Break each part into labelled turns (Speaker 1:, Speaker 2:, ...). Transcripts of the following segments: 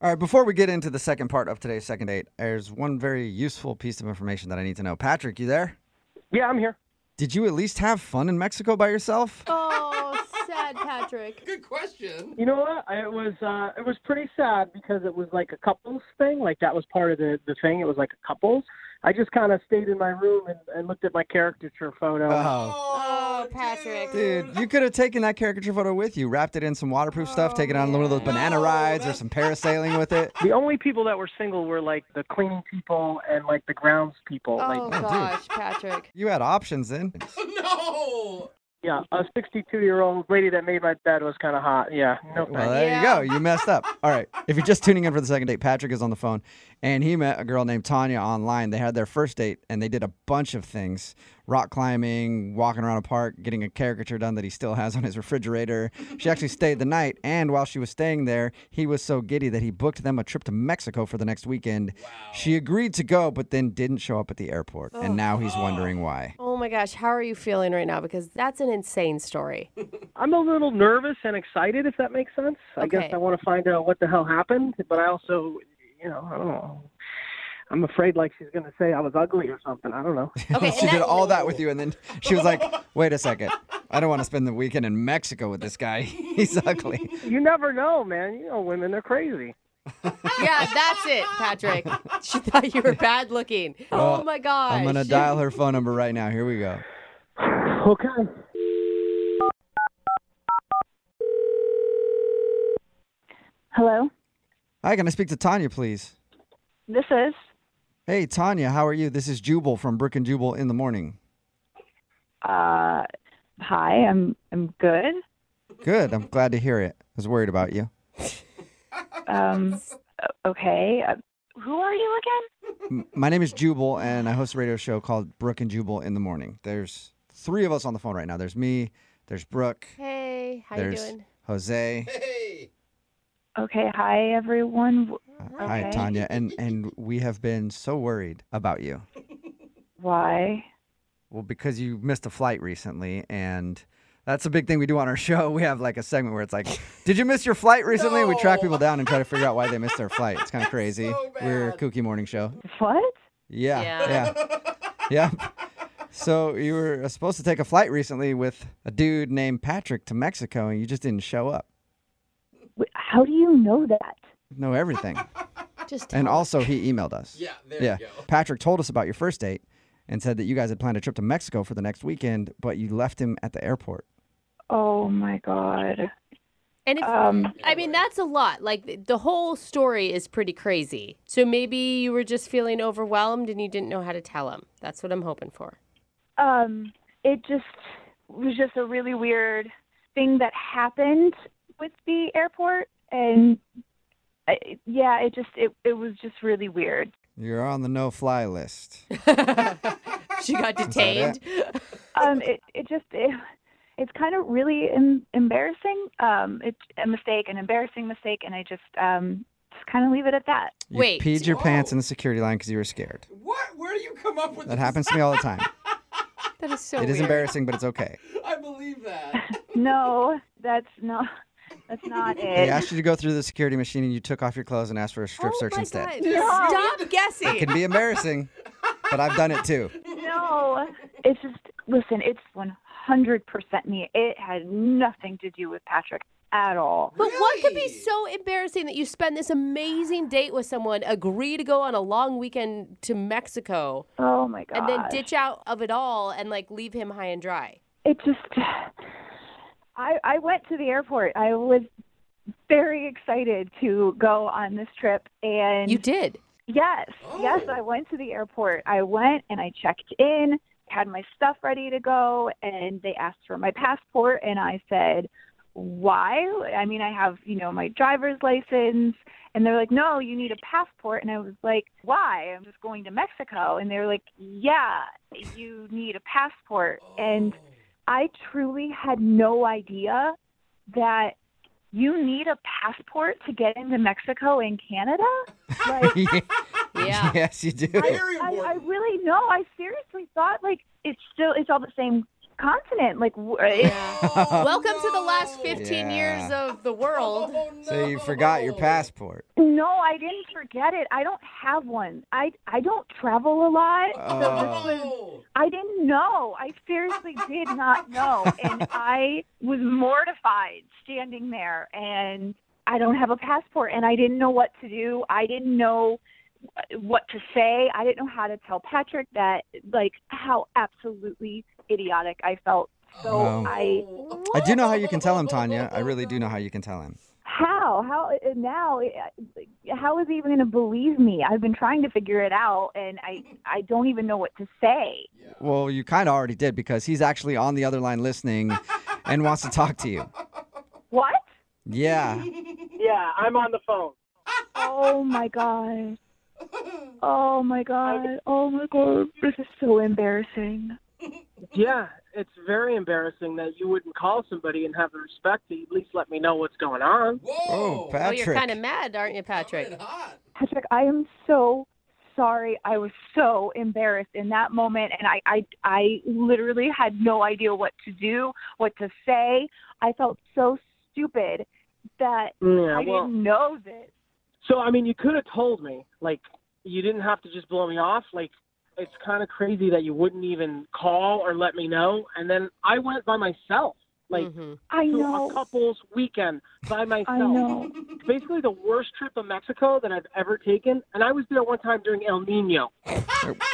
Speaker 1: All right, before we get into the second part of today's second date, there's one very useful piece of information that I need to know. Patrick, you there?
Speaker 2: Yeah, I'm here.
Speaker 1: Did you at least have fun in Mexico by yourself?
Speaker 3: Oh, sad Patrick.
Speaker 4: Good question.
Speaker 2: You know what? I, it was uh, it was pretty sad because it was like a couples thing. Like that was part of the the thing. It was like a couples. I just kind of stayed in my room and, and looked at my caricature photo.
Speaker 1: Oh,
Speaker 3: Oh, Patrick.
Speaker 1: dude, you could have taken that caricature photo with you, wrapped it in some waterproof stuff, taken on one of those banana rides or some parasailing with it.
Speaker 2: The only people that were single were like the cleaning people and like the grounds people.
Speaker 3: Oh,
Speaker 2: Like
Speaker 3: gosh, Patrick.
Speaker 1: You had options then.
Speaker 4: No.
Speaker 2: yeah, a 62 year old lady that made my bed was kind of hot. Yeah, no
Speaker 1: Well,
Speaker 2: thanks.
Speaker 1: there
Speaker 3: Yeah.
Speaker 1: you go. You messed up. All right. If you're just tuning in for the second date, Patrick is on the phone and he met a girl named Tanya online. They had their first date and they did a bunch of things rock climbing, walking around a park, getting a caricature done that he still has on his refrigerator. She actually stayed the night. And while she was staying there, he was so giddy that he booked them a trip to Mexico for the next weekend. She agreed to go, but then didn't show up at the airport. And now he's wondering why.
Speaker 3: Oh my gosh, how are you feeling right now? Because that's an insane story.
Speaker 2: I'm a little nervous and excited, if that makes sense. I guess
Speaker 3: Okay.
Speaker 2: I want to find out what the hell happened, but I also, you know, I don't know. I'm afraid like she's going to say I was ugly or something. I don't know.
Speaker 3: Okay,
Speaker 1: she
Speaker 3: and
Speaker 1: did
Speaker 3: that-
Speaker 1: all that with you, and then she was like, "Wait a second, I don't want to spend the weekend in Mexico with this guy. He's ugly."
Speaker 2: you never know, man. You know, women, they're crazy.
Speaker 3: Yeah, that's it, Patrick. She thought you were bad looking. Oh
Speaker 1: Well,
Speaker 3: my gosh.
Speaker 1: I'm gonna dial her phone number right now. Here we go.
Speaker 2: Okay.
Speaker 5: Hello,
Speaker 1: Hi, can I speak to Tanya, please?
Speaker 5: this is.
Speaker 1: Hey, Tanya, how are you? This is Jubal from Brook and Jubal in the morning.
Speaker 5: Uh, hi, I'm I'm good.
Speaker 1: Good. I'm glad to hear it. I was worried about you.
Speaker 5: Um, o- okay. Uh, who are you again?
Speaker 1: M- My name is Jubal, and I host a radio show called Brook and Jubal in the morning. There's three of us on the phone right now. There's me. There's Brooke.
Speaker 3: Hey, how
Speaker 1: there's
Speaker 3: you doing?
Speaker 1: Jose. uh,
Speaker 4: Hey.
Speaker 5: Okay, hi everyone. W-
Speaker 1: Hi,
Speaker 5: Okay.
Speaker 1: Tanya. And and we have been so worried about you.
Speaker 5: Why?
Speaker 1: Well, because you missed a flight recently, and that's a big thing we do on our show. We have like a segment where it's like, "Did you miss your flight recently?" We track people down and try to figure out why they missed their flight. It's kind of crazy.
Speaker 4: so
Speaker 1: We're a
Speaker 4: bad.
Speaker 1: kooky morning show.
Speaker 5: What?
Speaker 1: Yeah, yeah,
Speaker 3: Yeah.
Speaker 1: yeah. So you were supposed to take a flight recently with a dude named Patrick to Mexico, and you just didn't show up.
Speaker 5: Wh- How do you know that?
Speaker 1: Know everything,
Speaker 3: Just
Speaker 1: and
Speaker 3: tell her.
Speaker 1: also he emailed us.
Speaker 4: Yeah, there
Speaker 1: yeah.
Speaker 4: you go.
Speaker 1: Patrick told us about your first date and said that you guys had planned a trip to Mexico for the next weekend, but you left him at the airport.
Speaker 5: Oh my god.
Speaker 3: And if,
Speaker 5: Um,
Speaker 3: I mean, that's a lot. Like th- the whole story is pretty crazy. So maybe you were just feeling overwhelmed and you didn't know how to tell him. That's what I'm hoping for.
Speaker 5: um, it just was just a really weird thing that happened with the airport, and I, yeah, it just it it was just really weird.
Speaker 1: You're on the no-fly list.
Speaker 3: She got detained.
Speaker 5: um, it it just it, it's kind of really em- embarrassing. Um, it's a mistake, an embarrassing mistake, and I just um just kind of leave it at that.
Speaker 1: You
Speaker 3: Wait. Oh.
Speaker 1: peed your pants
Speaker 4: Whoa.
Speaker 1: in the security line because you were scared.
Speaker 4: What? Where do you come up with
Speaker 1: That
Speaker 4: this?
Speaker 1: happens to me all the time.
Speaker 3: That is so
Speaker 1: It is
Speaker 3: weird.
Speaker 1: embarrassing, but it's okay.
Speaker 4: I believe that.
Speaker 5: No, that's not that's not
Speaker 1: They
Speaker 5: it.
Speaker 1: asked you to go through the security machine and you took off your clothes and asked for a strip
Speaker 3: oh
Speaker 1: search
Speaker 3: my
Speaker 1: instead.
Speaker 3: God. Stop guessing.
Speaker 1: It can be embarrassing, but I've done it too.
Speaker 5: No, it's just listen. It's one hundred percent me. It had nothing to do with Patrick at all.
Speaker 3: But what could be
Speaker 4: Really?
Speaker 3: so embarrassing that you spend this amazing date with someone, agree to go on a long weekend to Mexico,
Speaker 5: Oh my god!
Speaker 3: and then ditch out of it all and like leave him high and dry?
Speaker 5: it just i i went to the airport i was very excited to go on this trip and
Speaker 3: You did.
Speaker 5: yes yes i went to the airport i went and i checked in had my stuff ready to go and they asked for my passport and i said why? I mean, I have, you know, my driver's license. And they're like, no, you need a passport. And I was like, why? I'm just going to Mexico. And they're like, yeah, you need a passport. And I truly had no idea that you need a passport to get into Mexico and Canada. Like,
Speaker 3: Yeah.
Speaker 1: yes, you do.
Speaker 4: Very
Speaker 5: I, I
Speaker 4: important.
Speaker 5: really know. I seriously thought like it's still it's all the same continent. Like w- eh, it's,
Speaker 4: Oh,
Speaker 3: Welcome to the last
Speaker 4: no.
Speaker 3: 15 years
Speaker 1: Yeah.
Speaker 3: of the world.
Speaker 4: Oh,
Speaker 1: So you forgot your
Speaker 4: no.
Speaker 1: passport.
Speaker 5: no, I didn't forget it. I don't have one. I I don't travel a lot.
Speaker 1: Oh.
Speaker 4: Oh.
Speaker 5: I didn't know. I seriously did not know, and I was mortified standing there. And I don't have a passport, and I didn't know what to do. I didn't know what to say. I didn't know how to tell Patrick that, like, how absolutely idiotic I felt. So
Speaker 4: Oh,
Speaker 1: Wow.
Speaker 5: I
Speaker 1: I do know how you can tell him, Tanya. I really do know how you can tell him.
Speaker 5: how how uh, now uh, how is he even going to believe me i've been trying to figure it out and i i don't even know what to say
Speaker 1: Well, you kind of already did because he's actually on the other line listening and wants to talk to you.
Speaker 5: what
Speaker 1: Yeah.
Speaker 2: Yeah, I'm on the phone.
Speaker 5: oh my god oh my god oh my god this is so embarrassing
Speaker 2: Yeah, it's very embarrassing that you wouldn't call somebody and have the respect to at least let me know what's going on.
Speaker 4: Whoa.
Speaker 1: Oh,
Speaker 3: Oh,
Speaker 1: Patrick.
Speaker 3: you're kind of mad, aren't you, Patrick?
Speaker 4: Coming in hot.
Speaker 5: patrick i am so sorry i was so embarrassed in that moment and i i i literally had no idea what to do what to say i felt so stupid that
Speaker 2: Yeah,
Speaker 5: i
Speaker 2: well,
Speaker 5: didn't know this
Speaker 2: so I mean, you could have told me. Like, you didn't have to just blow me off. Like, it's kind of crazy that you wouldn't even call or let me know. And then I went by myself, like
Speaker 3: Mhm.
Speaker 5: i
Speaker 2: to
Speaker 5: know
Speaker 2: a couple's weekend by myself.
Speaker 5: I know.
Speaker 2: Basically, the worst trip of Mexico that I've ever taken. And I was there one time during El Nino.
Speaker 3: Not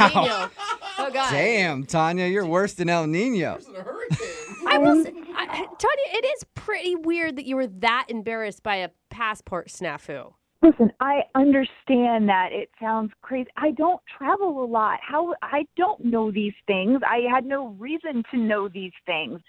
Speaker 3: El Nino. Oh, God.
Speaker 1: Damn, Tanya, you're worse than El Nino.
Speaker 4: There's a hurricane.
Speaker 3: I will say, I, I- Tanya, it is pretty weird that you were that embarrassed by a passport snafu.
Speaker 5: Listen, I understand that it sounds crazy. I don't travel a lot. How I don't know these things. I had no reason to know these things.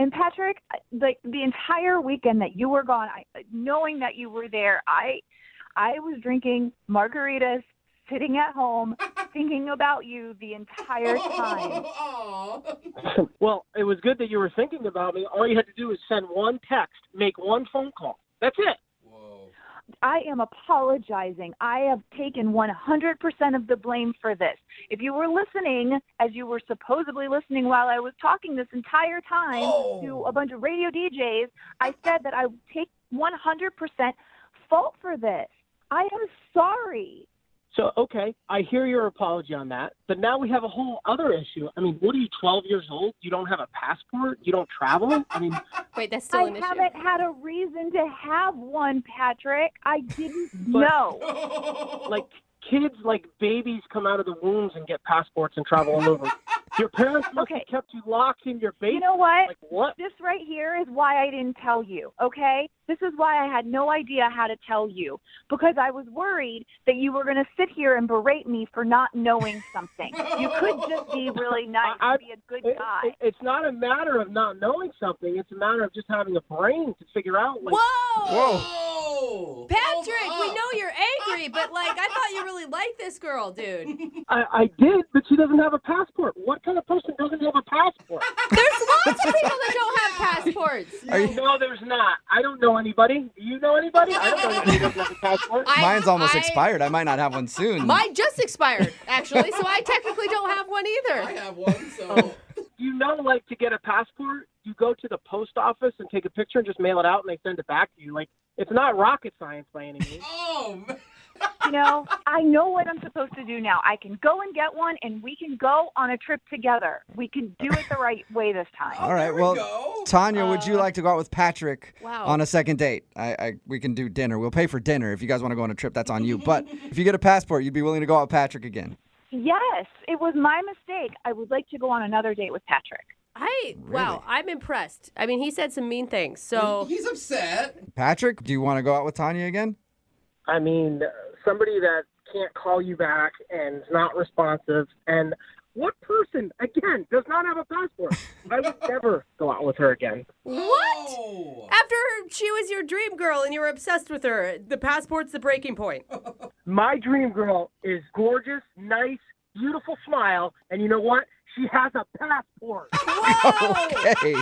Speaker 5: And Patrick, I- like the entire weekend that you were gone, I, knowing that you were there, I I was drinking margaritas, sitting at home, thinking about you the entire time.
Speaker 4: Aw.
Speaker 2: Well, it was good that you were thinking about me. All you had to do was send one text, make one phone call. That's it.
Speaker 4: Whoa.
Speaker 5: I am apologizing. I have taken 100% of the blame for this. If you were listening, as you were supposedly listening while I was talking this entire time
Speaker 4: Oh.
Speaker 5: to a bunch of radio DJs, I said that I would take 100% fault for this. I am sorry.
Speaker 2: So, okay, I hear your apology on that, but now we have a whole other issue. I mean, what are you, 12 years old? You don't have a passport? You don't travel? I mean,
Speaker 3: Wait, that's still
Speaker 5: I
Speaker 3: an issue.
Speaker 5: haven't had a reason to have one, Patrick. I didn't
Speaker 2: But-
Speaker 5: know.
Speaker 2: like, kids, like babies, come out of the wombs and get passports and travel all over. Your parents must
Speaker 5: Okay.
Speaker 2: have kept you locked in your basement.
Speaker 5: You know what?
Speaker 2: like, what?
Speaker 5: This right here is why I didn't tell you, okay? This is why I had no idea how to tell you because I was worried that you were going to sit here and berate me for not knowing something. You could just be really nice
Speaker 2: I- I-
Speaker 5: and be a good
Speaker 2: It,
Speaker 5: guy.
Speaker 2: it- it's not a matter of not knowing something. It's a matter of just having a brain to figure out. Like,
Speaker 3: Whoa!
Speaker 4: Whoa.
Speaker 3: Patrick,
Speaker 4: Oh. Hold
Speaker 3: we
Speaker 4: up.
Speaker 3: know you're angry, but like, I thought you really liked this girl, dude.
Speaker 2: I, I did, but she doesn't have a passport. What kind of person doesn't have a passport?
Speaker 3: There's lots of people that don't have passports.
Speaker 1: Are you-
Speaker 2: No, there's not. I don't know anybody. Do you know anybody? I don't know anybody who doesn't have a passport.
Speaker 3: I-
Speaker 1: Mine's almost
Speaker 3: I-
Speaker 1: expired. I might not have one soon.
Speaker 3: Mine just expired, actually, so I technically don't have one
Speaker 4: I
Speaker 3: either.
Speaker 4: have one, so.
Speaker 2: you know, like to get a passport, you go to the post office and take a picture and just mail it out, and they send it back to you. Like it's not rocket science by any means.
Speaker 4: Oh, man.
Speaker 5: you know, I know what I'm supposed to do now. I can go and get one and we can go on a trip together. We can do it the right way this time.
Speaker 1: All right,
Speaker 4: There we
Speaker 1: well,
Speaker 4: go.
Speaker 1: Tanya, would you like to go out with Patrick
Speaker 3: Uh, Wow.
Speaker 1: on a second date? I, I we can do dinner. We'll pay for dinner if you guys want to go on a trip. That's on you. But if you get a passport, you'd be willing to go out with Patrick again.
Speaker 5: Yes, it was my mistake. I would like to go on another date with Patrick.
Speaker 3: I wow, I'm impressed. I mean, he said some mean things, so
Speaker 4: He's upset.
Speaker 1: Patrick, do you want to go out with Tanya again?
Speaker 2: I mean, somebody that can't call you back and is not responsive, and What person, again, does not have a passport? I would never go out with her again.
Speaker 3: What?
Speaker 4: Oh.
Speaker 3: After she was your dream girl and you were obsessed with her, the passport's the breaking point.
Speaker 1: Oh.
Speaker 2: My dream girl is gorgeous, nice, beautiful smile, and you know what? She has a passport.
Speaker 1: Okay.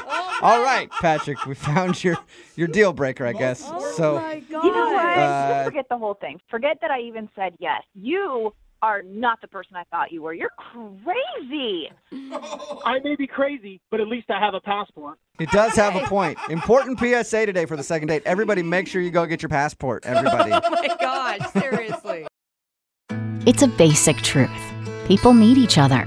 Speaker 1: All right, Patrick, we found your your deal breaker, I guess.
Speaker 4: Oh
Speaker 1: So
Speaker 3: my God.
Speaker 5: You know what?
Speaker 1: Uh,
Speaker 5: Just forget the whole thing. Forget that I even said yes. You are not the person I thought you were. You're crazy.
Speaker 2: I may be crazy, but at least I have a passport.
Speaker 1: he does have a point. Important PSA today for the second date. Everybody, make sure you go get your passport. Everybody.
Speaker 3: Oh my gosh, seriously.
Speaker 6: It's a basic truth. People need each other.